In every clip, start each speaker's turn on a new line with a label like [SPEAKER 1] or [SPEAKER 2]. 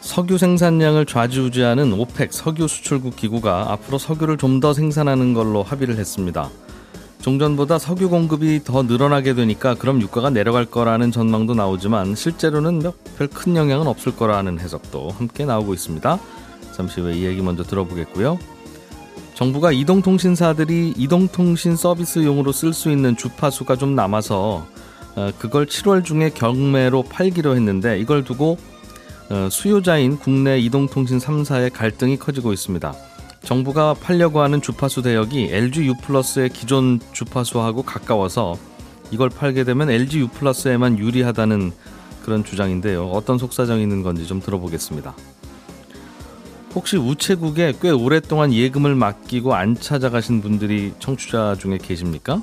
[SPEAKER 1] 석유 생산량을 좌지우지하는 오펙 석유 수출국 기구가 앞으로 석유를 좀 더 생산하는 걸로 합의를 했습니다. 종전보다 석유 공급이 더 늘어나게 되니까 그럼 유가가 내려갈 거라는 전망도 나오지만 실제로는 뭐 별 큰 영향은 없을 거라는 해석도 함께 나오고 있습니다. 잠시 후에 이 얘기 먼저 들어보겠고요. 정부가 이동통신사들이 이동통신 서비스용으로 쓸 수 있는 주파수가 좀 남아서 어, 그걸 7월 중에 경매로 팔기로 했는데 이걸 두고 어, 수요자인 국내 이동통신 3사의 갈등이 커지고 있습니다. 정부가 팔려고 하는 주파수 대역이 LG U+의 기존 주파수하고 가까워서 이걸 팔게 되면 LG U+에만 유리하다는 그런 주장인데요. 어떤 속사정이 있는 건지 좀 들어보겠습니다. 혹시 우체국에 꽤 오랫동안 예금을 맡기고 안 찾아가신 분들이 청취자 중에 계십니까?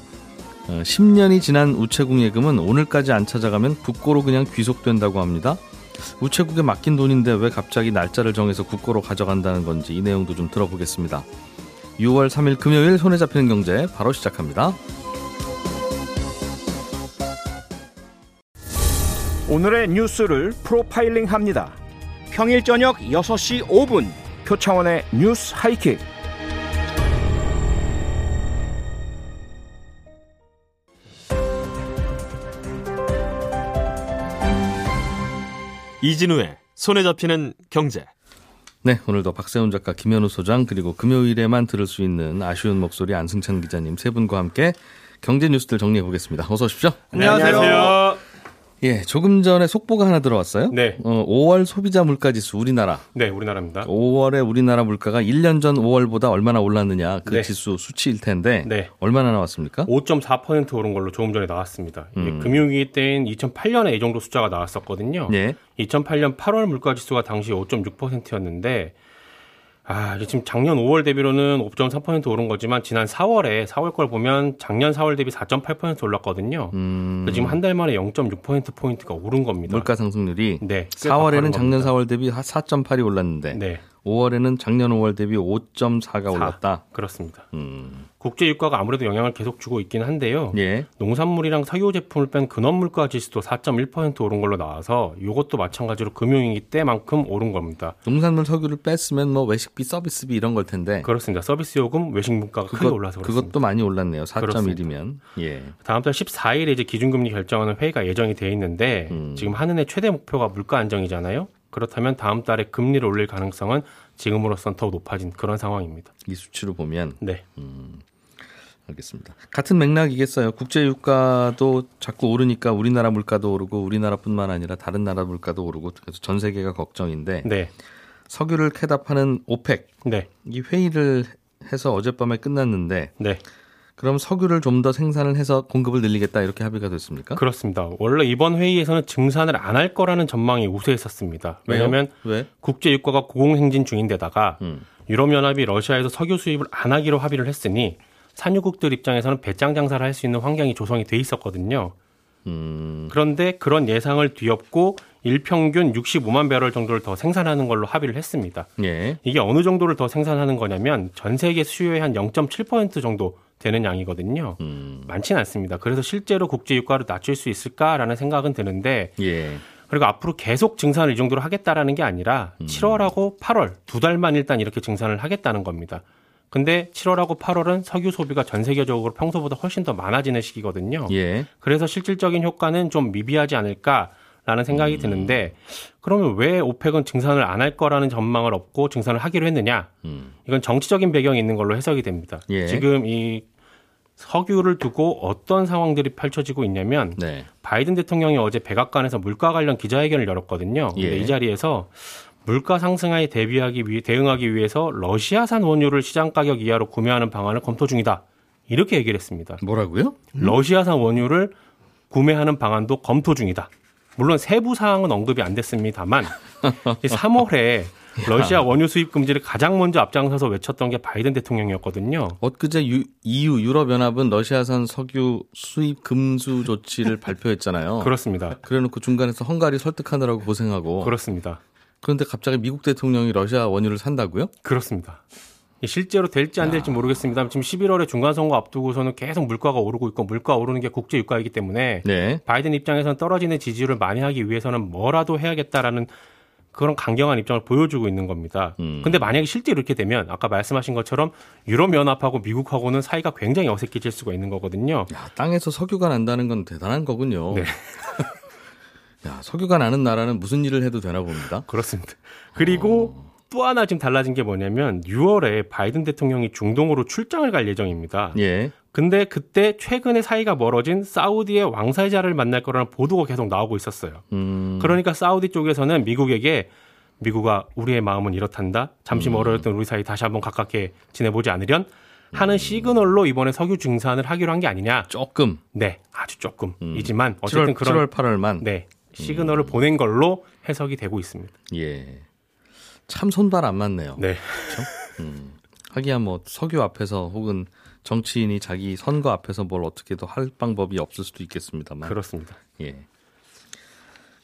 [SPEAKER 1] 어, 10년이 지난 우체국 예금은 오늘까지 안 찾아가면 국고로 그냥 귀속된다고 합니다. 우체국에 맡긴 돈인데 왜 갑자기 날짜를 정해서 국고로 가져간다는 건지 이 내용도 좀 들어보겠습니다. 6월 3일 금요일 손에 잡히는 경제 바로 시작합니다.
[SPEAKER 2] 오늘의 뉴스를 프로파일링 합니다. 평일 저녁 6시 5분 표창원의 뉴스 하이킥.
[SPEAKER 3] 이진우의 손에 잡히는 경제.
[SPEAKER 1] 네, 오늘도 박세훈 작가, 김현우 소장 그리고 금요일에만 들을 수 있는 아쉬운 목소리 안승찬 기자님 세 분과 함께 경제 뉴스들 정리해 보겠습니다. 어서 오십시오.
[SPEAKER 3] 안녕하세요.
[SPEAKER 1] 예, 조금 전에 속보가 하나 들어왔어요.
[SPEAKER 3] 네.
[SPEAKER 1] 어, 5월 소비자 물가지수 우리나라
[SPEAKER 3] 네, 우리나라입니다.
[SPEAKER 1] 5월에 우리나라 물가가 1년 전 5월보다 얼마나 올랐느냐 그
[SPEAKER 3] 네.
[SPEAKER 1] 지수 수치일 텐데
[SPEAKER 3] 네.
[SPEAKER 1] 얼마나 나왔습니까?
[SPEAKER 3] 5.4% 오른 걸로 조금 전에 나왔습니다. 이게 금융위기 때인 2008년에 이 정도 숫자가 나왔었거든요.
[SPEAKER 1] 예.
[SPEAKER 3] 2008년 8월 물가 지수가 당시 5.6%였는데 아, 이게 지금 작년 5월 대비로는 5.3% 오른 거지만 지난 4월에 4월 걸 보면 작년 4월 대비 4.8% 올랐거든요. 그래서 지금 한 달 만에 0.6% 포인트가 오른 겁니다.
[SPEAKER 1] 물가 상승률이
[SPEAKER 3] 네. 꽤
[SPEAKER 1] 4월에는
[SPEAKER 3] 가파른
[SPEAKER 1] 작년
[SPEAKER 3] 겁니다.
[SPEAKER 1] 4월 대비 4.8이 올랐는데
[SPEAKER 3] 네.
[SPEAKER 1] 5월에는 작년 5월 대비 5.4가 올랐다.
[SPEAKER 3] 그렇습니다.
[SPEAKER 1] 음.
[SPEAKER 3] 국제 유가가 아무래도 영향을 계속 주고 있긴 한데요.
[SPEAKER 1] 예.
[SPEAKER 3] 농산물이랑 석유 제품을 뺀 근원 물가 지수도 4.1% 오른 걸로 나와서 이것도 마찬가지로 금융위기 때만큼 오른 겁니다.
[SPEAKER 1] 농산물 석유를 뺐으면 뭐 외식비, 서비스비 이런 걸 텐데
[SPEAKER 3] 그렇습니다. 서비스 요금, 외식 물가가 크게 올라서 그렇습니다.
[SPEAKER 1] 그것도 많이 올랐네요.
[SPEAKER 3] 그렇습니다.
[SPEAKER 1] 4.1이면. 예.
[SPEAKER 3] 다음 달 14일에 이제 기준금리 결정하는 회의가 예정이 돼 있는데 지금 한은의 최대 목표가 물가 안정이잖아요. 그렇다면 다음 달에 금리를 올릴 가능성은 지금으로선 더 높아진 그런 상황입니다.
[SPEAKER 1] 이 수치로 보면
[SPEAKER 3] 네.
[SPEAKER 1] 알겠습니다. 같은 맥락이겠어요. 국제 유가도 자꾸 오르니까 우리나라 물가도 오르고 우리나라뿐만 아니라 다른 나라 물가도 오르고 그래서 전 세계가 걱정인데
[SPEAKER 3] 네.
[SPEAKER 1] 석유를 캐답하는 오펙
[SPEAKER 3] 네.
[SPEAKER 1] 이 회의를 해서 어젯밤에 끝났는데
[SPEAKER 3] 네.
[SPEAKER 1] 그럼 석유를 좀 더 생산을 해서 공급을 늘리겠다 이렇게 합의가 됐습니까?
[SPEAKER 3] 그렇습니다. 원래 이번 회의에서는 증산을 안 할 거라는 전망이 우세했었습니다. 왜냐하면
[SPEAKER 1] 왜요? 왜?
[SPEAKER 3] 국제 유가가 고공행진 중인데다가
[SPEAKER 1] 음.
[SPEAKER 3] 유럽연합이 러시아에서 석유 수입을 안 하기로 합의를 했으니 산유국들 입장에서는 배짱 장사를 할 수 있는 환경이 조성이 돼 있었거든요.
[SPEAKER 1] 음,
[SPEAKER 3] 그런데 그런 예상을 뒤엎고 일평균 65만 배럴 정도를 더 생산하는 걸로 합의를 했습니다.
[SPEAKER 1] 예.
[SPEAKER 3] 이게 어느 정도를 더 생산하는 거냐면 전 세계 수요의 한 0.7% 정도 되는 양이거든요.
[SPEAKER 1] 음,
[SPEAKER 3] 많지는 않습니다. 그래서 실제로 국제 유가를 낮출 수 있을까라는 생각은 드는데
[SPEAKER 1] 예.
[SPEAKER 3] 그리고 앞으로 계속 증산을 이 정도로 하겠다라는 게 아니라 7월하고 8월 두 달만 일단 이렇게 증산을 하겠다는 겁니다. 근데 7월하고 8월은 석유 소비가 전 세계적으로 평소보다 훨씬 더 많아지는 시기거든요.
[SPEAKER 1] 예.
[SPEAKER 3] 그래서 실질적인 효과는 좀 미비하지 않을까라는
[SPEAKER 1] 음.
[SPEAKER 3] 생각이 드는데 그러면 왜 오펙은 증산을 안 할 거라는 전망을 없고 증산을 하기로 했느냐?
[SPEAKER 1] 음,
[SPEAKER 3] 이건 정치적인 배경이 있는 걸로 해석이 됩니다.
[SPEAKER 1] 예.
[SPEAKER 3] 지금 이 석유를 두고 어떤 상황들이 펼쳐지고 있냐면
[SPEAKER 1] 네.
[SPEAKER 3] 바이든 대통령이 어제 백악관에서 물가 관련 기자회견을 열었거든요.
[SPEAKER 1] 예.
[SPEAKER 3] 근데 이 자리에서 물가 상승하에 대비하기 위해 대응하기 위해서 러시아산 원유를 시장 가격 이하로 구매하는 방안을 검토 중이다. 이렇게 얘기를 했습니다.
[SPEAKER 1] 뭐라고요?
[SPEAKER 3] 음. 러시아산 원유를 구매하는 방안도 검토 중이다. 물론 세부 사항은 언급이 안 됐습니다만 3월에 러시아 원유 수입 금지를 가장 먼저 앞장서서 외쳤던 게 바이든 대통령이었거든요.
[SPEAKER 1] 엊그제 유, EU 유럽연합은 러시아산 석유 수입 금수 조치를 발표했잖아요.
[SPEAKER 3] 그렇습니다.
[SPEAKER 1] 그래놓고 중간에서 헝가리 설득하느라고 고생하고
[SPEAKER 3] 그렇습니다.
[SPEAKER 1] 그런데 갑자기 미국 대통령이 러시아 원유를 산다고요?
[SPEAKER 3] 그렇습니다. 이게 실제로 될지 안 될지 모르겠습니다. 지금 11월에 중간 선거 앞두고서는 계속 물가가 오르고 있고 물가 오르는 게 국제 유가이기 때문에
[SPEAKER 1] 네.
[SPEAKER 3] 바이든 입장에서는 떨어지는 지지율을 만회하기 위해서는 뭐라도 해야겠다라는 그런 강경한 입장을 보여주고 있는 겁니다. 근데 만약에 실제 이렇게 되면 아까 말씀하신 것처럼 유럽 연합하고 미국하고는 사이가 굉장히 어색해질 수가 있는 거거든요.
[SPEAKER 1] 야, 땅에서 석유가 난다는 건 대단한 거군요.
[SPEAKER 3] 네.
[SPEAKER 1] 야, 석유가 나는 나라는 무슨 일을 해도 되나 봅니다.
[SPEAKER 3] 그렇습니다. 그리고 또 하나 지금 달라진 게 뭐냐면 6월에 바이든 대통령이 중동으로 출장을 갈 예정입니다.
[SPEAKER 1] 예.
[SPEAKER 3] 근데 그때 최근에 사이가 멀어진 사우디의 왕살자를 만날 거라는 보도가 계속 나오고 있었어요.
[SPEAKER 1] 음,
[SPEAKER 3] 그러니까 사우디 쪽에서는 미국에게 미국아 우리의 마음은 이렇단다. 잠시 멀어졌던 우리 사이 다시 한번 가깝게 지내보지 않으련
[SPEAKER 1] 음.
[SPEAKER 3] 하는 시그널로 이번에 석유 증산을 하기로 한 게 아니냐.
[SPEAKER 1] 조금.
[SPEAKER 3] 네,
[SPEAKER 1] 음.
[SPEAKER 3] 아주 조금이지만 어쨌든
[SPEAKER 1] 7월, 음. 7월
[SPEAKER 3] 그런
[SPEAKER 1] 8월만.
[SPEAKER 3] 네 시그널을 보낸 걸로 해석이 되고 있습니다.
[SPEAKER 1] 예. 참 손발 안 맞네요.
[SPEAKER 3] 네,
[SPEAKER 1] 하기야 뭐 석유 앞에서 혹은 정치인이 자기 선거 앞에서 뭘 어떻게도 할 방법이 없을 수도 있겠습니다만.
[SPEAKER 3] 그렇습니다.
[SPEAKER 1] 예.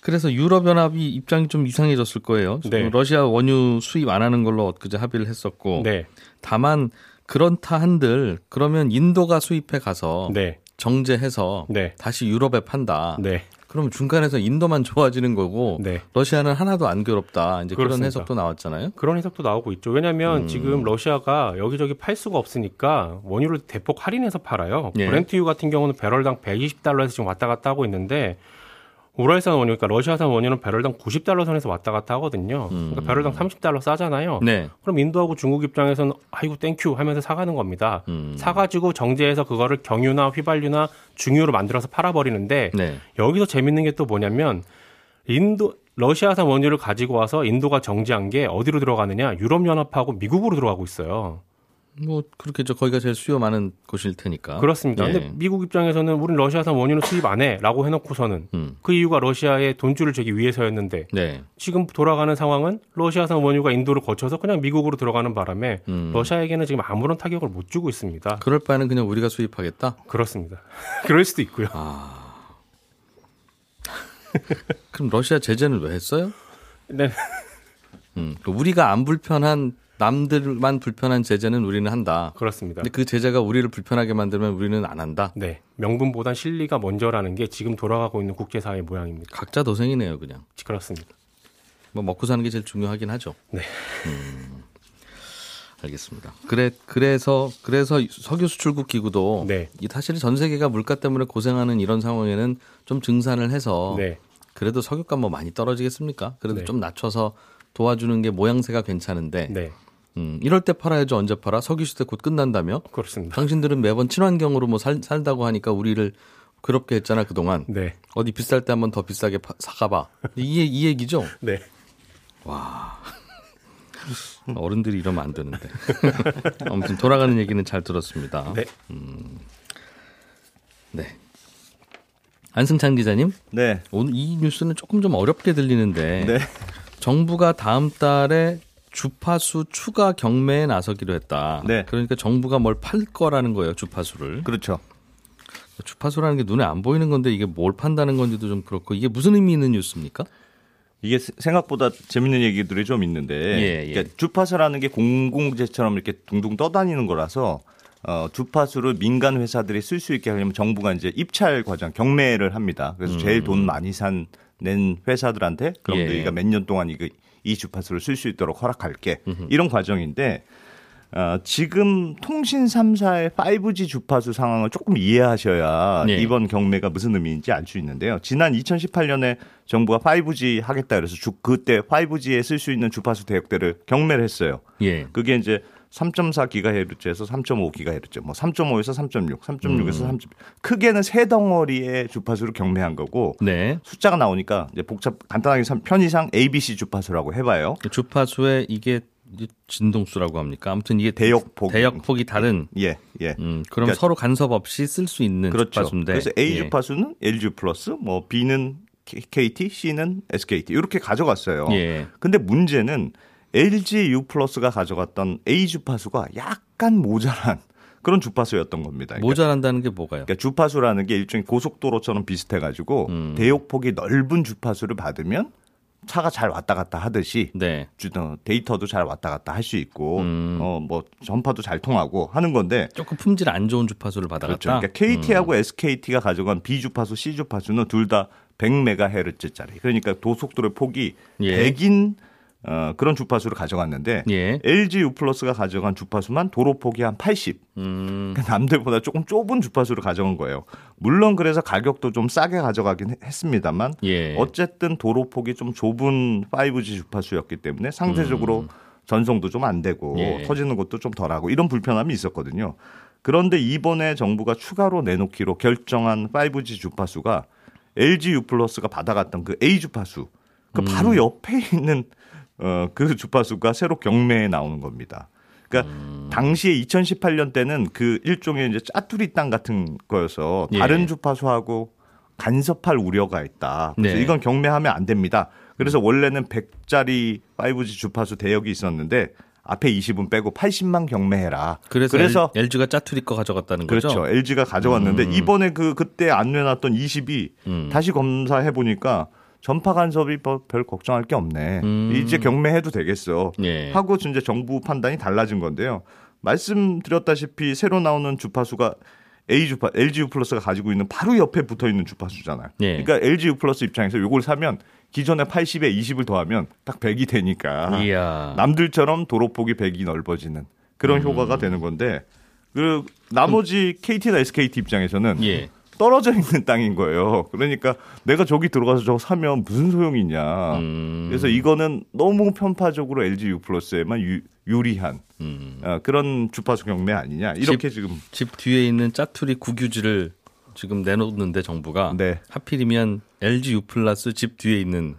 [SPEAKER 1] 그래서 유럽연합이 입장이 좀 이상해졌을 거예요. 지금
[SPEAKER 3] 네.
[SPEAKER 1] 러시아 원유 수입 안 하는 걸로 엊그제 합의를 했었고.
[SPEAKER 3] 네,
[SPEAKER 1] 다만 그렇다 한들 그러면 인도가 수입해 가서
[SPEAKER 3] 네,
[SPEAKER 1] 정제해서
[SPEAKER 3] 네,
[SPEAKER 1] 다시 유럽에 판다.
[SPEAKER 3] 네,
[SPEAKER 1] 그러면 중간에서 인도만 좋아지는 거고
[SPEAKER 3] 네.
[SPEAKER 1] 러시아는 하나도 안 괴롭다. 이제 그런
[SPEAKER 3] 그렇습니다.
[SPEAKER 1] 해석도 나왔잖아요.
[SPEAKER 3] 그런 해석도 나오고 있죠.
[SPEAKER 1] 음.
[SPEAKER 3] 왜냐하면 지금 러시아가 여기저기 팔 수가 없으니까 원유를 대폭 할인해서 팔아요.
[SPEAKER 1] 예.
[SPEAKER 3] 브렌트유 같은 경우는 배럴당 120달러에서 지금 왔다 갔다 하고 있는데 우랄산 원유, 그러니까 러시아산 원유는 배럴당 90달러 선에서 왔다 갔다 하거든요.
[SPEAKER 1] 음.
[SPEAKER 3] 그러니까 배럴당 30달러 싸잖아요.
[SPEAKER 1] 네.
[SPEAKER 3] 그럼 인도하고 중국 입장에서는 아이고 땡큐 하면서 사가는 겁니다.
[SPEAKER 1] 음.
[SPEAKER 3] 사가지고 정제해서 그거를 경유나 휘발유나 중유로 만들어서 팔아버리는데
[SPEAKER 1] 네.
[SPEAKER 3] 여기서 재밌는 게 또 뭐냐면 인도 러시아산 원유를 가지고 와서 인도가 정지한 게 어디로 들어가느냐 유럽 연합하고 미국으로 들어가고 있어요.
[SPEAKER 1] 뭐 그렇겠죠. 거기가 제일 수요 많은 곳일 테니까.
[SPEAKER 3] 그렇습니다.
[SPEAKER 1] 예.
[SPEAKER 3] 근데 미국 입장에서는 우린 러시아산 원유는 수입 안 해라고 해 놓고서는
[SPEAKER 1] 음.
[SPEAKER 3] 그 이유가 러시아의 돈줄을 재기 위해서였는데
[SPEAKER 1] 네.
[SPEAKER 3] 지금 돌아가는 상황은 러시아산 원유가 인도를 거쳐서 그냥 미국으로 들어가는 바람에
[SPEAKER 1] 음.
[SPEAKER 3] 러시아에게는 지금 아무런 타격을 못 주고 있습니다.
[SPEAKER 1] 그럴 바에는 그냥 우리가 수입하겠다.
[SPEAKER 3] 그렇습니다. 그럴 수도 있고요.
[SPEAKER 1] 아. 그럼 러시아 제재는 왜 했어요?
[SPEAKER 3] 네.
[SPEAKER 1] 음. 그 우리가 안 불편한 남들만 불편한 제재는 우리는 한다.
[SPEAKER 3] 그렇습니다.
[SPEAKER 1] 근데 그 제재가 우리를 불편하게 만들면 우리는 안 한다.
[SPEAKER 3] 네. 명분보단 실리가 먼저라는 게 지금 돌아가고 있는 국제사회 모양입니다.
[SPEAKER 1] 각자 도생이네요, 그냥.
[SPEAKER 3] 그렇습니다.
[SPEAKER 1] 뭐 먹고 사는 게 제일 중요하긴 하죠.
[SPEAKER 3] 네.
[SPEAKER 1] 음, 알겠습니다. 그래 그래서 그래서 석유 수출국 기구도
[SPEAKER 3] 네.
[SPEAKER 1] 이 사실 전 세계가 물가 때문에 고생하는 이런 상황에는 좀 증산을 해서
[SPEAKER 3] 네.
[SPEAKER 1] 그래도 석유값 뭐 많이 떨어지겠습니까? 그래도
[SPEAKER 3] 네.
[SPEAKER 1] 좀 낮춰서 도와주는 게 모양새가 괜찮은데
[SPEAKER 3] 네.
[SPEAKER 1] 음, 이럴 때 팔아야죠 언제 팔아? 석유 시대 곧 끝난다며?
[SPEAKER 3] 그렇습니다.
[SPEAKER 1] 당신들은 매번 친환경으로 뭐 살, 살다고 하니까 우리를 괴롭게 했잖아 그 동안.
[SPEAKER 3] 네.
[SPEAKER 1] 어디 비쌀 때 한번 더 비싸게 파- 사가봐. 이게 이 얘기죠.
[SPEAKER 3] 네.
[SPEAKER 1] 어른들이 이러면 안 되는데. 아무튼 돌아가는 얘기는 잘 들었습니다. 음. 네.
[SPEAKER 3] 네.
[SPEAKER 1] 안승찬 기자님,
[SPEAKER 4] 네.
[SPEAKER 1] 오늘 이 뉴스는 조금 좀 어렵게 들리는데
[SPEAKER 4] 네.
[SPEAKER 1] 정부가 다음 달에 주파수 추가 경매에 나서기로 했다.
[SPEAKER 4] 네.
[SPEAKER 1] 그러니까 정부가 뭘 팔 거라는 거예요, 주파수를.
[SPEAKER 4] 그렇죠.
[SPEAKER 1] 주파수라는 게 눈에 안 보이는 건데 이게 뭘 판다는 건지도 좀 그렇고 이게 무슨 의미 있는 뉴스입니까?
[SPEAKER 5] 이게 세- 생각보다 재밌는 얘기들이 좀 있는데
[SPEAKER 1] 예, 예.
[SPEAKER 5] 그러니까 주파수라는 게 공공재처럼 이렇게 둥둥 떠다니는 거라서 어, 주파수를 민간 회사들이 쓸 수 있게 하려면 정부가 이제 입찰 과정 경매를 합니다. 그래서 제일 돈 많이 산 낸 회사들한테 그럼
[SPEAKER 1] 음. 예.
[SPEAKER 5] 너희가 몇 년 동안 이거 이 주파수를 쓸 수 있도록 허락할게 이런 과정인데 어, 지금 통신 3사의 5G 주파수 상황을 조금 이해하셔야
[SPEAKER 1] 예.
[SPEAKER 5] 이번 경매가 무슨 의미인지 알 수 있는데요. 지난 2018년에 정부가 5G 하겠다 그래서 주- 그때 5G에 쓸 수 있는 주파수 대역대를 경매를 했어요.
[SPEAKER 1] 예.
[SPEAKER 5] 그게 이제 3.4GHz에서 3.5GHz, 뭐 3.5에서 3.6, 3.6에서 3.6. 크게는 세 덩어리의 주파수를 경매한 거고
[SPEAKER 1] 네.
[SPEAKER 5] 숫자가 나오니까 이제 복잡 간단하게 삼- 편의상 ABC 주파수라고 해봐요.
[SPEAKER 1] 주파수에 이게 진동수라고 합니까? 아무튼 이게
[SPEAKER 5] 대역폭.
[SPEAKER 1] 대역폭이 다른
[SPEAKER 5] 예, 예.
[SPEAKER 1] 음, 그럼
[SPEAKER 5] 그러니까- 그렇죠.
[SPEAKER 1] 서로 간섭 없이 쓸 수 있는 주파수인데.
[SPEAKER 5] 그래서 A
[SPEAKER 1] 네, 예.
[SPEAKER 5] 주파수는 LG 플러스, 뭐 B는 KT, C는 SKT 이렇게 가져갔어요.
[SPEAKER 1] 예.
[SPEAKER 5] 근데 문제는 LG U 플러스가 가져갔던 A 주파수가 약간 모자란 그런 주파수였던 겁니다. 그러니까
[SPEAKER 1] 모자란다는 게 뭐가요?
[SPEAKER 5] 그러니까 주파수라는 게 일종의 고속도로처럼 비슷해가지고
[SPEAKER 1] 음.
[SPEAKER 5] 대역폭이 넓은 주파수를 받으면 차가 잘 왔다 갔다 하듯이
[SPEAKER 1] 네.
[SPEAKER 5] 주- 어, 데이터도 잘 왔다 갔다 할 수 있고
[SPEAKER 1] 음.
[SPEAKER 5] 어 뭐 전파도 잘 통하고 하는 건데
[SPEAKER 1] 조금 품질 안 좋은 주파수를 받아갔다. 음.
[SPEAKER 5] 그렇죠. 그러니까 KT하고 SKT가 가져간 B 주파수, C 주파수는 둘 다 100메가헤르츠짜리. 그러니까 도속도의 폭이
[SPEAKER 1] 예.
[SPEAKER 5] 100인 어, 그런 주파수를 가져갔는데
[SPEAKER 1] 예.
[SPEAKER 5] LG U 플러스가 가져간 주파수만 도로 폭이 한 80.
[SPEAKER 1] 음.
[SPEAKER 5] 그러니까 남들보다 조금 좁은 주파수를 가져간 거예요. 물론 그래서 가격도 좀 싸게 가져가긴 했- 했습니다만
[SPEAKER 1] 예.
[SPEAKER 5] 어쨌든 도로 폭이 좀 좁은 5G 주파수였기 때문에 상대적으로 전송도 좀 안 되고
[SPEAKER 1] 음. 예.
[SPEAKER 5] 터지는 것도 좀 덜하고 이런 불편함이 있었거든요. 그런데 이번에 정부가 추가로 내놓기로 결정한 5G 주파수가 LG U 플러스가 받아갔던 그 A 주파수
[SPEAKER 1] 음.
[SPEAKER 5] 그 바로 옆에 있는 어, 그 주파수가 새로 경매에 나오는 겁니다. 그러니까
[SPEAKER 1] 음.
[SPEAKER 5] 당시에 2018년 때는 그 일종의 이제 짜투리 땅 같은 거여서
[SPEAKER 1] 예.
[SPEAKER 5] 다른 주파수하고 간섭할 우려가 있다. 그래서
[SPEAKER 1] 네. 음.
[SPEAKER 5] 이건 경매하면 안 됩니다. 그래서 원래는 100짜리 5G 주파수 대역이 있었는데 앞에 20은 빼고 80만 경매해라.
[SPEAKER 1] 그래서, LG가 짜투리 거 가져갔다는 거죠?
[SPEAKER 5] 그렇죠. LG가 가져왔는데
[SPEAKER 1] 음.
[SPEAKER 5] 이번에 그 그때 안 내놨던 20이
[SPEAKER 1] 음.
[SPEAKER 5] 다시 검사해 보니까 전파 간섭이 뭐 별 걱정할 게 없네.
[SPEAKER 1] 음.
[SPEAKER 5] 이제 경매해도 되겠어.
[SPEAKER 1] 예.
[SPEAKER 5] 하고 이제 정부 판단이 달라진 건데요. 말씀드렸다시피 새로 나오는 주파수가 A 주파 LG U 플러스가 가지고 있는 바로 옆에 붙어 있는 주파수잖아요.
[SPEAKER 1] 예.
[SPEAKER 5] 그러니까 LG U 플러스 입장에서 요걸 사면 기존의 80에 20을 더하면 딱 100이 되니까
[SPEAKER 1] 이야.
[SPEAKER 5] 남들처럼 도로폭이 100이 넓어지는
[SPEAKER 1] 음.
[SPEAKER 5] 그런 효과가 되는 건데 그 나머지 KT나 SKT 입장에서는
[SPEAKER 1] 예.
[SPEAKER 5] 떨어져 있는 땅인 거예요. 그러니까 내가 저기 들어가서 저거 사면 무슨 소용이 있냐.
[SPEAKER 1] 음.
[SPEAKER 5] 그래서 이거는 너무 편파적으로 LG U 플러스에만 유, 리한 어,
[SPEAKER 1] 음.
[SPEAKER 5] 그런 주파수 경매 아니냐 이렇게 지금
[SPEAKER 1] 집 뒤에 있는 짜투리 국유지를 지금 내놓는데 정부가
[SPEAKER 5] 네.
[SPEAKER 1] 하필이면 LG U 플러스 집 뒤에 있는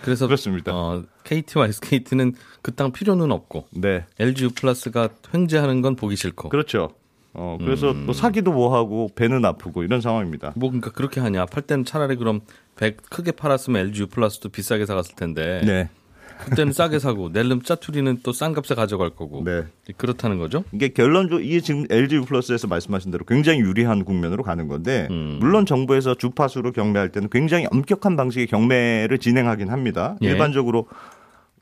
[SPEAKER 1] 그래서
[SPEAKER 5] 그렇습니다.
[SPEAKER 1] 어, KT와 SKT는 그 땅 필요는 없고
[SPEAKER 5] 네
[SPEAKER 1] LG U 플러스가 횡재하는 건 보기 싫고
[SPEAKER 5] 그렇죠. 어 그래서
[SPEAKER 1] 음.
[SPEAKER 5] 뭐 사기도 뭐하고 배는 아프고 이런 상황입니다.
[SPEAKER 1] 뭐 그러니까 그렇게 하냐 팔 때는 차라리 그럼 100 크게 팔았으면 LG U 플러스도 비싸게 사갔을 텐데
[SPEAKER 5] 네.
[SPEAKER 1] 그때는 싸게 사고 낼름 짜투리는 또 싼 값에 가져갈 거고
[SPEAKER 5] 네.
[SPEAKER 1] 그렇다는 거죠?
[SPEAKER 5] 이게 결론적으로 이게 지금 LG 플러스에서 말씀하신 대로 굉장히 유리한 국면으로 가는 건데
[SPEAKER 1] 음.
[SPEAKER 5] 물론 정부에서 주파수로 경매할 때는 굉장히 엄격한 방식의 경매를 진행하긴 합니다.
[SPEAKER 1] 예.
[SPEAKER 5] 일반적으로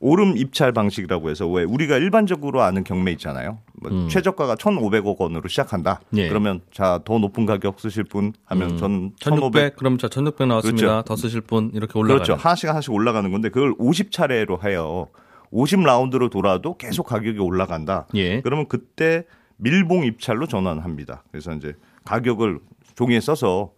[SPEAKER 5] 오름 입찰 방식이라고 해서 왜 우리가 일반적으로 아는 경매 있잖아요. 뭐 최저가가 1,500억 원으로 시작한다.
[SPEAKER 1] 음. 예. 음.
[SPEAKER 5] 그러면 자 더 높은 가격 쓰실 분 하면 전
[SPEAKER 1] 1600 그럼 자 1600 나왔습니다.
[SPEAKER 5] 그렇죠.
[SPEAKER 1] 더 쓰실 분 이렇게
[SPEAKER 5] 그렇죠.
[SPEAKER 1] 올라가죠.
[SPEAKER 5] 하나씩 하나씩 올라가는 건데 그걸 50차례로 해요. 50라운드로 돌아도 계속 가격이 올라간다.
[SPEAKER 1] 예.
[SPEAKER 5] 그러면 그때 밀봉 입찰로 전환합니다. 그래서 이제 가격을 종이에 써서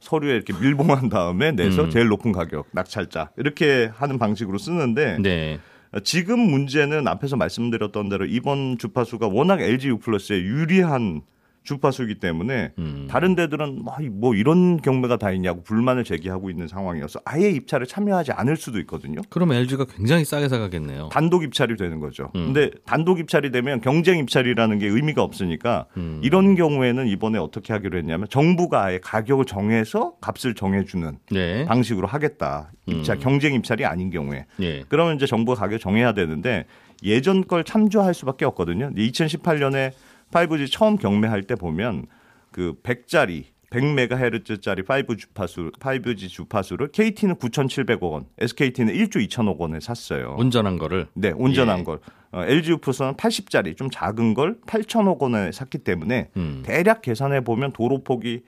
[SPEAKER 5] 서류에 이렇게 밀봉한 다음에 내서 제일 높은 가격 낙찰자 이렇게 하는 방식으로 쓰는데
[SPEAKER 1] 네.
[SPEAKER 5] 지금 문제는 앞에서 말씀드렸던 대로 이번 주파수가 워낙 LG U 플러스에 유리한 주파수이기 때문에
[SPEAKER 1] 음.
[SPEAKER 5] 다른 데들은 뭐, 이- 뭐 이런 경매가 다 있냐고 불만을 제기하고 있는 상황이어서 아예 입찰에 참여하지 않을 수도 있거든요.
[SPEAKER 1] 그럼 LG가 굉장히 싸게 사가겠네요.
[SPEAKER 5] 단독 입찰이 되는 거죠. 근데 단독 입찰이 되면 경쟁 입찰이라는 게 의미가 없으니까 이런 경우에는 이번에 어떻게 하기로 했냐면 정부가 아예 가격을 정해서 값을 정해주는
[SPEAKER 1] 네.
[SPEAKER 5] 방식으로 하겠다. 입찰 경쟁 입찰이 아닌 경우에
[SPEAKER 1] 예.
[SPEAKER 5] 그러면 이제 정부가 가격 정해야 되는데 예전 걸 참조할 수밖에 없거든요. 2018년에 5G 처음 경매할 때 보면 그 100짜리 100메가헤르츠짜리 5G 주파수 5G 주파수를 KT는 9,700억 원, SKT는 1조 2천억 원에 샀어요.
[SPEAKER 1] 온전한 거를
[SPEAKER 5] 네, 온전한
[SPEAKER 1] 예.
[SPEAKER 5] 걸. 어, LG 유프스는 80짜리 좀 작은 걸 8천억 원에 샀기 때문에
[SPEAKER 1] 음.
[SPEAKER 5] 대략 계산해 보면 도로폭이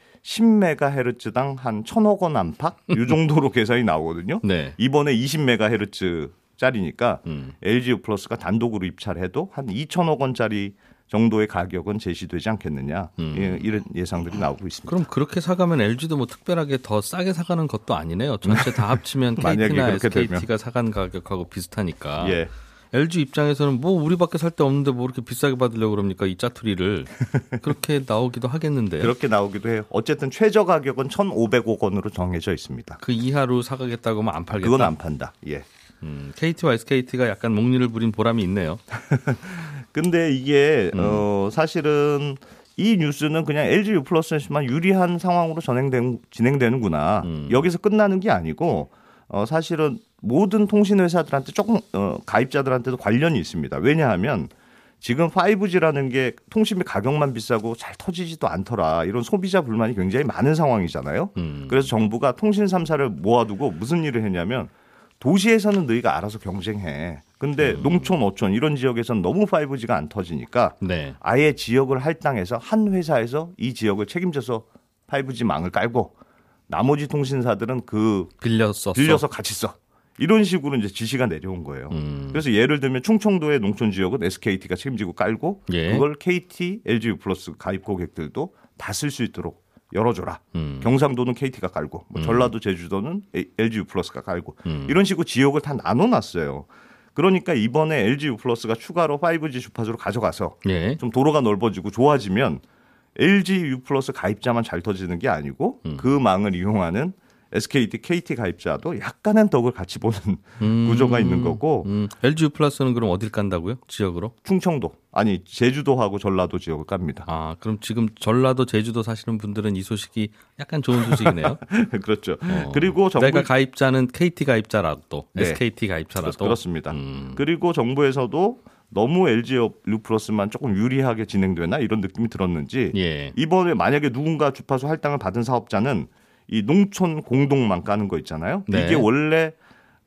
[SPEAKER 5] 10메가헤르츠당 한 1천억 원 안팎 이 정도로 계산이 나오거든요.
[SPEAKER 1] 네.
[SPEAKER 5] 이번에 20메가헤르츠 짜리니까
[SPEAKER 1] 음.
[SPEAKER 5] LG 플러스가 단독으로 입찰해도 한 2천억 원짜리 정도의 가격은 제시되지 않겠느냐
[SPEAKER 1] 음.
[SPEAKER 5] 예, 이런 예상들이 나오고 있습니다.
[SPEAKER 1] 그럼 그렇게 사가면 LG도 뭐 특별하게 더 싸게 사가는 것도 아니네요. 전체 다 합치면
[SPEAKER 5] 만약에
[SPEAKER 1] KT나
[SPEAKER 5] 그렇게 되면.
[SPEAKER 1] SKT가 사간 가격하고 비슷하니까.
[SPEAKER 5] 예.
[SPEAKER 1] LG 입장에서는 뭐 우리밖에 살 데 없는데 뭐 이렇게 비싸게 받으려고 그럽니까 이 짜투리를 그렇게 나오기도 하겠는데요.
[SPEAKER 5] 그렇게 나오기도 해요. 어쨌든 최저 가격은 1,500억 원으로 정해져 있습니다.
[SPEAKER 1] 그 이하로 사가겠다고 하면 안 팔겠다.
[SPEAKER 5] 그건 안 판다. 예.
[SPEAKER 1] 음, KT와 SKT가 약간 목리를 부린 보람이 있네요.
[SPEAKER 5] 근데 이게 어, 사실은 이 뉴스는 그냥 LG U 플러스만 유리한 상황으로 전행된, 진행되는구나. 여기서 끝나는 게 아니고 어, 사실은 모든 통신회사들한테 조금 어, 가입자들한테도 관련이 있습니다. 왜냐하면 지금 5G라는 게 통신비 가격만 비싸고 잘 터지지도 않더라 이런 소비자 불만이 굉장히 많은 상황이잖아요. 그래서 정부가 통신 3사를 모아두고 무슨 일을 했냐면 도시에서는 너희가 알아서 경쟁해. 근데 농촌, 어촌 이런 지역에서는 너무 5G가 안 터지니까
[SPEAKER 1] 네.
[SPEAKER 5] 아예 지역을 할당해서 한 회사에서 이 지역을 책임져서 5G 망을 깔고 나머지 통신사들은 그
[SPEAKER 1] 빌렸었어.
[SPEAKER 5] 빌려서 같이 써. 이런 식으로 이제 지시가 내려온 거예요.
[SPEAKER 1] 음.
[SPEAKER 5] 그래서 예를 들면 충청도의 농촌 지역은 SKT가 책임지고 깔고
[SPEAKER 1] 예.
[SPEAKER 5] 그걸 KT, LG 플러스 가입 고객들도 다 쓸 수 있도록 열어줘라.
[SPEAKER 1] 음.
[SPEAKER 5] 경상도는 KT가 깔고 뭐 전라도 제주도는 LG 플러스가 깔고
[SPEAKER 1] 음.
[SPEAKER 5] 이런 식으로 지역을 다 나눠놨어요. 그러니까 이번에 LG 플러스가 추가로 5G 주파수로 가져가서
[SPEAKER 1] 예.
[SPEAKER 5] 좀 도로가 넓어지고 좋아지면 LG U 플러스 가입자만 잘 터지는 게 아니고
[SPEAKER 1] 음.
[SPEAKER 5] 그 망을 이용하는 SKT, KT 가입자도 약간의 덕을 같이 보는 구조가 있는 거고
[SPEAKER 1] 음, LG U 플러스는 그럼 어딜 간다고요? 지역으로?
[SPEAKER 5] 충청도 아니 제주도하고 전라도 지역을 깝니다.
[SPEAKER 1] 아, 그럼 지금 전라도 제주도 사시는 분들은 이 소식이 약간 좋은 소식이네요.
[SPEAKER 5] 그렇죠.
[SPEAKER 1] 어.
[SPEAKER 5] 그리고 정부
[SPEAKER 1] 내가 가입자는 KT 가입자라도
[SPEAKER 5] 네.
[SPEAKER 1] SKT 가입자라도
[SPEAKER 5] 그렇습니다.
[SPEAKER 1] 음.
[SPEAKER 5] 그리고 정부에서도 너무 LG U 플러스만 조금 유리하게 진행되나 이런 느낌이 들었는지
[SPEAKER 1] 예.
[SPEAKER 5] 이번에 만약에 누군가 주파수 할당을 받은 사업자는 이 농촌 공동망 까는 거 있잖아요.
[SPEAKER 1] 네.
[SPEAKER 5] 이게 원래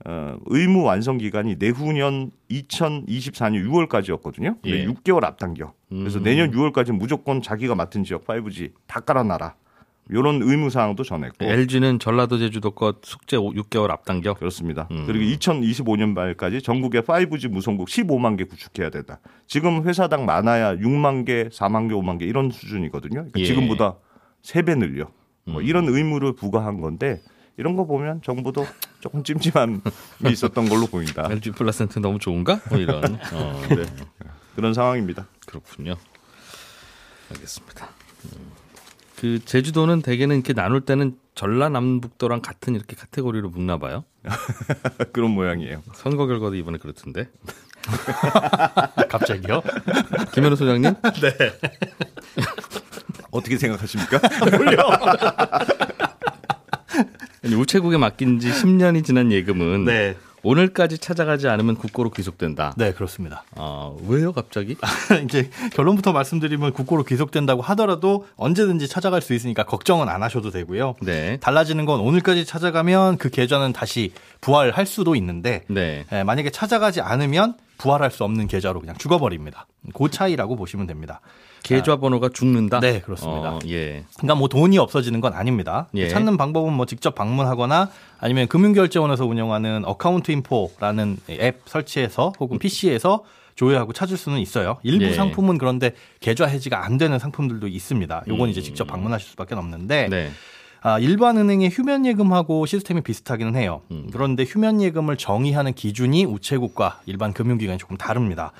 [SPEAKER 5] 어, 의무 완성 기간이 내후년 2024년 6월까지였거든요. 근데
[SPEAKER 1] 예. 음.
[SPEAKER 5] 6개월 앞당겨. 그래서 내년 6월까지 무조건 자기가 맡은 지역 5G 다 깔아놔라. 이런 의무 사항도 전했고
[SPEAKER 1] LG는 전라도 제주도 것 숙제 6개월 앞당겨.
[SPEAKER 5] 그렇습니다. 그리고 2025년 말까지 전국에 5G 무선국 15만 개 구축해야 된다. 지금 회사당 많아야 6만 개, 4만 개, 5만 개 이런 수준이거든요. 그러니까
[SPEAKER 1] 예.
[SPEAKER 5] 지금보다 3배 늘려. 뭐 이런 의무를 부과한 건데 이런 거 보면 정부도 조금 찜찜함이 있었던 걸로
[SPEAKER 6] 아,
[SPEAKER 5] 보인다.
[SPEAKER 1] LG 플러스한테 너무 좋은가? 뭐 이런. 어,
[SPEAKER 5] 네. 그런 상황입니다.
[SPEAKER 1] 그렇군요. 알겠습니다. 음. 그 제주도는 대개는 이렇게 나눌 때는 전라남북도랑 같은 이렇게 카테고리로 묶나 봐요.
[SPEAKER 5] 그런 모양이에요.
[SPEAKER 1] 선거 결과도 이번에 그렇던데.
[SPEAKER 3] 갑자기요?
[SPEAKER 1] 김현우 소장님?
[SPEAKER 5] 어떻게 생각하십니까?
[SPEAKER 1] 아니, 우체국에 맡긴 지 10년이 지난 예금은
[SPEAKER 6] 네.
[SPEAKER 1] 오늘까지 찾아가지 않으면 국고로 귀속된다.
[SPEAKER 6] 네, 그렇습니다.
[SPEAKER 1] 아, 왜요, 갑자기?
[SPEAKER 6] 이제 결론부터 말씀드리면 국고로 귀속된다고 하더라도 언제든지 찾아갈 수 있으니까 걱정은 안 하셔도 되고요.
[SPEAKER 1] 네.
[SPEAKER 6] 달라지는 건 오늘까지 찾아가면 그 계좌는 다시 부활할 수도 있는데
[SPEAKER 1] 네.
[SPEAKER 6] 예, 만약에 찾아가지 않으면 부활할 수 없는 계좌로 그냥 죽어버립니다. 그 차이라고 보시면 됩니다.
[SPEAKER 1] 계좌 번호가 죽는다.
[SPEAKER 6] 네, 그렇습니다.
[SPEAKER 1] 어, 예.
[SPEAKER 6] 그러니까 뭐 돈이 없어지는 건 아닙니다.
[SPEAKER 1] 예.
[SPEAKER 6] 찾는 방법은 뭐 직접 방문하거나 아니면 금융결제원에서 운영하는 어카운트 인포라는 앱 설치해서 혹은 PC에서 조회하고 찾을 수는 있어요. 일부
[SPEAKER 1] 예.
[SPEAKER 6] 상품은 그런데 계좌 해지가 안 되는 상품들도 있습니다. 요건 이제 직접 방문하실 수밖에 없는데
[SPEAKER 1] 음. 네.
[SPEAKER 6] 아, 일반 은행의 휴면 예금하고 시스템이 비슷하기는 해요. 그런데 휴면 예금을 정의하는 기준이 우체국과 일반 금융기관이 조금 다릅니다.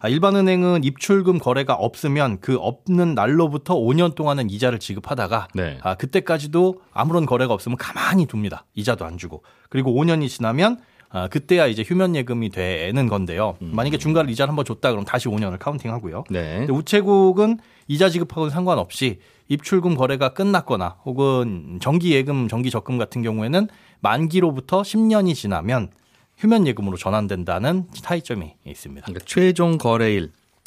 [SPEAKER 6] 아, 일반 은행은 입출금 거래가 없으면 그 없는 날로부터 5년 동안은 이자를 지급하다가
[SPEAKER 1] 네.
[SPEAKER 6] 아, 그때까지도 아무런 거래가 없으면 가만히 둡니다. 이자도 안 주고. 그리고 5년이 지나면 아, 그때야 이제 휴면 예금이 되는 건데요. 만약에 중간에 이자를 한번 줬다 그럼 다시 5년을 카운팅하고요.
[SPEAKER 1] 네.
[SPEAKER 6] 근데 우체국은 이자 지급하고는 상관없이 입출금 거래가 끝났거나 혹은 정기 예금, 정기 적금 같은 경우에는 만기로부터 10년이 지나면 휴면 예금으로 전환된다는 차이점이 있습니다.
[SPEAKER 1] 그러니까 최종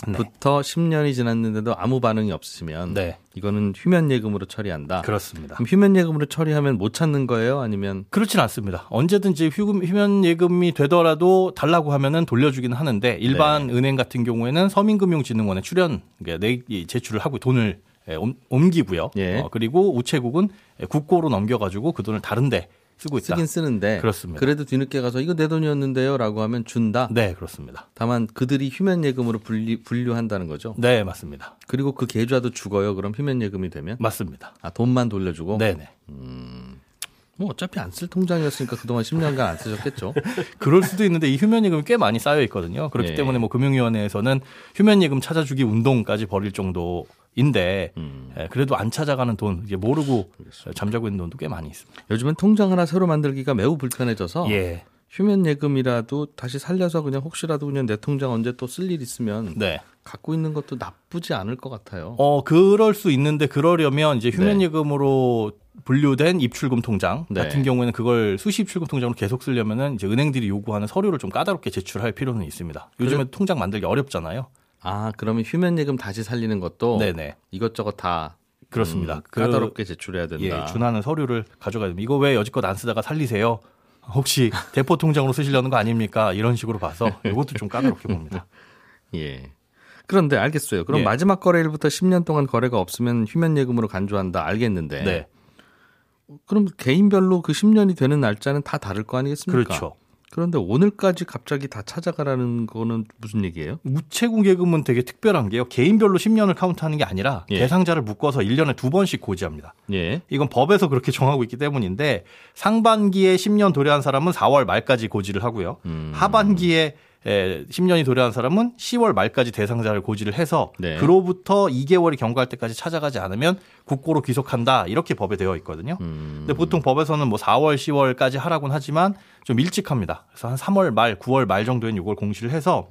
[SPEAKER 1] 거래일부터 10년이 지났는데도 아무 반응이 없으시면
[SPEAKER 6] 네.
[SPEAKER 1] 이거는 휴면 예금으로 처리한다.
[SPEAKER 6] 그렇습니다.
[SPEAKER 1] 그럼 휴면 예금으로 처리하면 못 찾는 거예요? 아니면
[SPEAKER 6] 그렇진 않습니다. 언제든지 휴금, 휴면 예금이 되더라도 달라고 하면은 돌려주긴 하는데 일반
[SPEAKER 1] 네.
[SPEAKER 6] 은행 같은 경우에는 서민금융진흥원에 출연 그러니까 내- 이 제출을 하고 돈을 예, 옮- 옮기고요.
[SPEAKER 1] 예.
[SPEAKER 6] 어, 그리고 우체국은 국고로 넘겨가지고 그 돈을 다른데 쓰고 있다.
[SPEAKER 1] 쓰긴 쓰는데
[SPEAKER 6] 아, 그렇습니다.
[SPEAKER 1] 래도 뒤늦게 가서 이거 내 돈이었는데요라고 하면 준다.
[SPEAKER 6] 네, 그렇습니다.
[SPEAKER 1] 다만 그들이 휴면 예금으로 분리, 분류한다는 거죠.
[SPEAKER 6] 네, 맞습니다.
[SPEAKER 1] 그리고 그 계좌도 죽어요. 그럼 휴면 예금이 되면
[SPEAKER 6] 맞습니다.
[SPEAKER 1] 아 돈만 돌려주고
[SPEAKER 6] 네, 네.
[SPEAKER 1] 뭐 어차피 안 쓸 통장이었으니까 그동안 10년간 안 쓰셨겠죠.
[SPEAKER 6] 그럴 수도 있는데 이 휴면 예금이 꽤 많이 쌓여 있거든요. 그렇기
[SPEAKER 1] 예.
[SPEAKER 6] 때문에 뭐 금융위원회에서는 휴면 예금 찾아주기 운동까지 벌일 정도인데
[SPEAKER 1] 음.
[SPEAKER 6] 예, 그래도 안 찾아가는 돈 이제 모르고 잠자고 있는 돈도 꽤 많이 있습니다.
[SPEAKER 1] 요즘엔 통장 하나 새로 만들기가 매우 불편해져서
[SPEAKER 6] 예.
[SPEAKER 1] 휴면 예금이라도 다시 살려서 그냥 혹시라도 그냥 내 통장 언제 또 쓸 일 있으면
[SPEAKER 6] 네.
[SPEAKER 1] 갖고 있는 것도 나쁘지 않을 것 같아요.
[SPEAKER 6] 어 그럴 수 있는데 그러려면 이제 휴면
[SPEAKER 1] 네.
[SPEAKER 6] 예금으로 분류된 입출금 통장
[SPEAKER 1] 네.
[SPEAKER 6] 같은 경우에는 그걸 수시 입출금 통장으로 계속 쓰려면은 이제 은행들이 요구하는 서류를 좀 까다롭게 제출할 필요는 있습니다. 요즘에 통장 만들기 어렵잖아요.
[SPEAKER 1] 아, 그러면 휴면 예금 다시 살리는 것도
[SPEAKER 6] 네네.
[SPEAKER 1] 이것저것 다
[SPEAKER 6] 그렇습니다.
[SPEAKER 1] 음,
[SPEAKER 6] 그-
[SPEAKER 1] 까다롭게 제출해야 된다.
[SPEAKER 6] 예, 준하는 서류를 가져가야 됩니다. 이거 왜 여지껏 안 쓰다가 살리세요? 혹시 대포 통장으로 쓰시려는 거 아닙니까? 이런 식으로 봐서 이것도 좀 까다롭게 봅니다.
[SPEAKER 1] 예. 그런데 알겠어요. 그럼
[SPEAKER 6] 예.
[SPEAKER 1] 마지막 거래일부터 10년 동안 거래가 없으면 휴면 예금으로 간주한다. 알겠는데.
[SPEAKER 6] 네,
[SPEAKER 1] 그럼 개인별로 그 10년이 되는 날짜는 다 다를 거 아니겠습니까?
[SPEAKER 6] 그렇죠.
[SPEAKER 1] 그런데 오늘까지 갑자기 다 찾아가라는 거는 무슨 얘기예요?
[SPEAKER 6] 우체국 예금은 되게 특별한 게요. 개인별로 10년을 카운트하는 게 아니라
[SPEAKER 1] 예.
[SPEAKER 6] 대상자를 묶어서 1년에 두 번씩 고지합니다.
[SPEAKER 1] 예.
[SPEAKER 6] 이건 법에서 그렇게 정하고 있기 때문인데 상반기에 10년 도래한 사람은 4월 말까지 고지를 하고요. 하반기에 에, 10년이 도래한 사람은 10월 말까지 대상자를 고지를 해서
[SPEAKER 1] 네.
[SPEAKER 6] 그로부터 2개월이 경과할 때까지 찾아가지 않으면 국고로 귀속한다 이렇게 법에 되어 있거든요. 근데 보통 법에서는 뭐 4월, 10월까지 하라곤 하지만 좀 일찍 합니다. 그래서 한 3월 말, 9월 말 정도엔 이걸 공시를 해서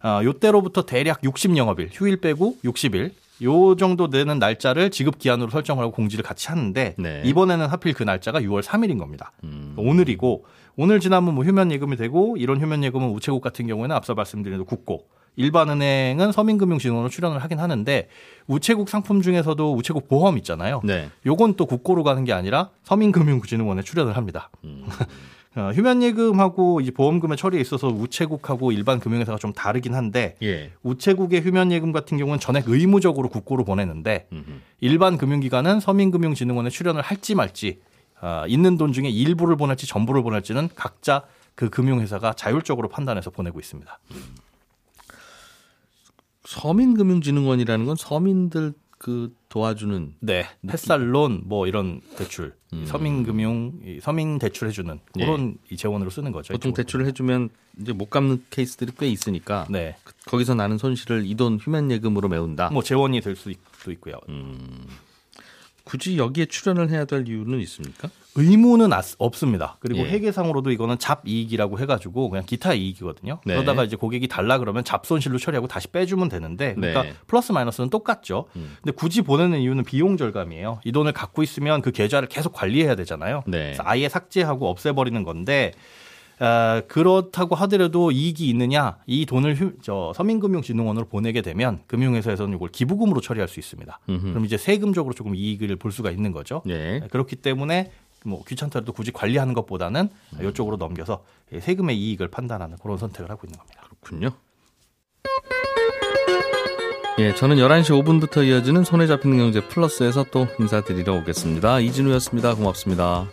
[SPEAKER 6] 아, 요때로부터 대략 60 영업일, 휴일 빼고 60일, 요 정도 되는 날짜를 지급 기한으로 설정하고 공지를 같이 하는데
[SPEAKER 1] 네.
[SPEAKER 6] 이번에는 하필 그 날짜가 6월 3일인 겁니다. 그러니까 오늘이고 오늘 지나면 뭐 휴면 예금이 되고 이런 휴면 예금은 우체국 같은 경우에는 앞서 말씀드린 대로 국고 일반은행은 서민금융진흥원으로 출연을 하긴 하는데 우체국 상품 중에서도 우체국 보험 있잖아요.
[SPEAKER 1] 네.
[SPEAKER 6] 요건 또 국고로 가는 게 아니라 서민금융진흥원에 출연을 합니다.
[SPEAKER 1] 음.
[SPEAKER 6] 어, 휴면예금하고 이제 보험금의 처리에 있어서 우체국하고 일반 금융회사가 좀 다르긴 한데
[SPEAKER 1] 예.
[SPEAKER 6] 우체국의 휴면예금 같은 경우는 전액 의무적으로 국고로 보내는데 일반 금융기관은 서민금융진흥원에 출연을 할지 말지 아, 있는 돈 중에 일부를 보낼지 전부를 보낼지는 각자 그 금융회사가 자율적으로 판단해서 보내고 있습니다.
[SPEAKER 1] 서민금융진흥원이라는 건 서민들 그 도와주는
[SPEAKER 6] 네, 햇살론 뭐 이런 대출,
[SPEAKER 1] 음.
[SPEAKER 6] 이 서민금융, 이 서민 대출해주는 그런 이 재원으로 쓰는 거죠.
[SPEAKER 1] 예. 보통
[SPEAKER 6] 이쪽으로.
[SPEAKER 1] 대출을 해주면 이제 못 갚는 케이스들이 꽤 있으니까
[SPEAKER 6] 네,
[SPEAKER 1] 그- 거기서 나는 손실을 이 돈 휴면 예금으로 메운다.
[SPEAKER 6] 뭐 재원이 될 수도 있고요.
[SPEAKER 1] 굳이 여기에 출연을 해야 될 이유는 있습니까?
[SPEAKER 6] 의무는 아- 없습니다. 그리고
[SPEAKER 1] 예.
[SPEAKER 6] 회계상으로도 이거는 잡이익이라고 해가지고 그냥 기타 이익이거든요.
[SPEAKER 1] 네.
[SPEAKER 6] 그러다가 이제 고객이 달라 그러면 잡손실로 처리하고 다시 빼주면 되는데 그러니까
[SPEAKER 1] 네. 음.
[SPEAKER 6] 플러스 마이너스는 똑같죠. 근데 굳이 보내는 이유는 비용 절감이에요. 이 돈을 갖고 있으면 그 계좌를 계속 관리해야 되잖아요.
[SPEAKER 1] 네.
[SPEAKER 6] 그래서 아예 삭제하고 없애버리는 건데 아, 그렇다고 하더라도 이익이 있느냐 이 돈을 휴- 저 서민금융진흥원으로 보내게 되면 금융회사에서는 이걸 기부금으로 처리할 수 있습니다. 그럼 이제 세금적으로 조금 이익을 볼 수가 있는 거죠.
[SPEAKER 1] 예.
[SPEAKER 6] 네, 그렇기 때문에 뭐 귀찮더라도 굳이 관리하는 것보다는 이쪽으로 넘겨서 세금의 이익을 판단하는 그런 선택을 하고 있는 겁니다.
[SPEAKER 1] 그렇군요. 예, 저는 11시 5분부터 이어지는 손에 잡히는 경제 플러스에서 또 인사드리러 오겠습니다. 이진우였습니다. 고맙습니다.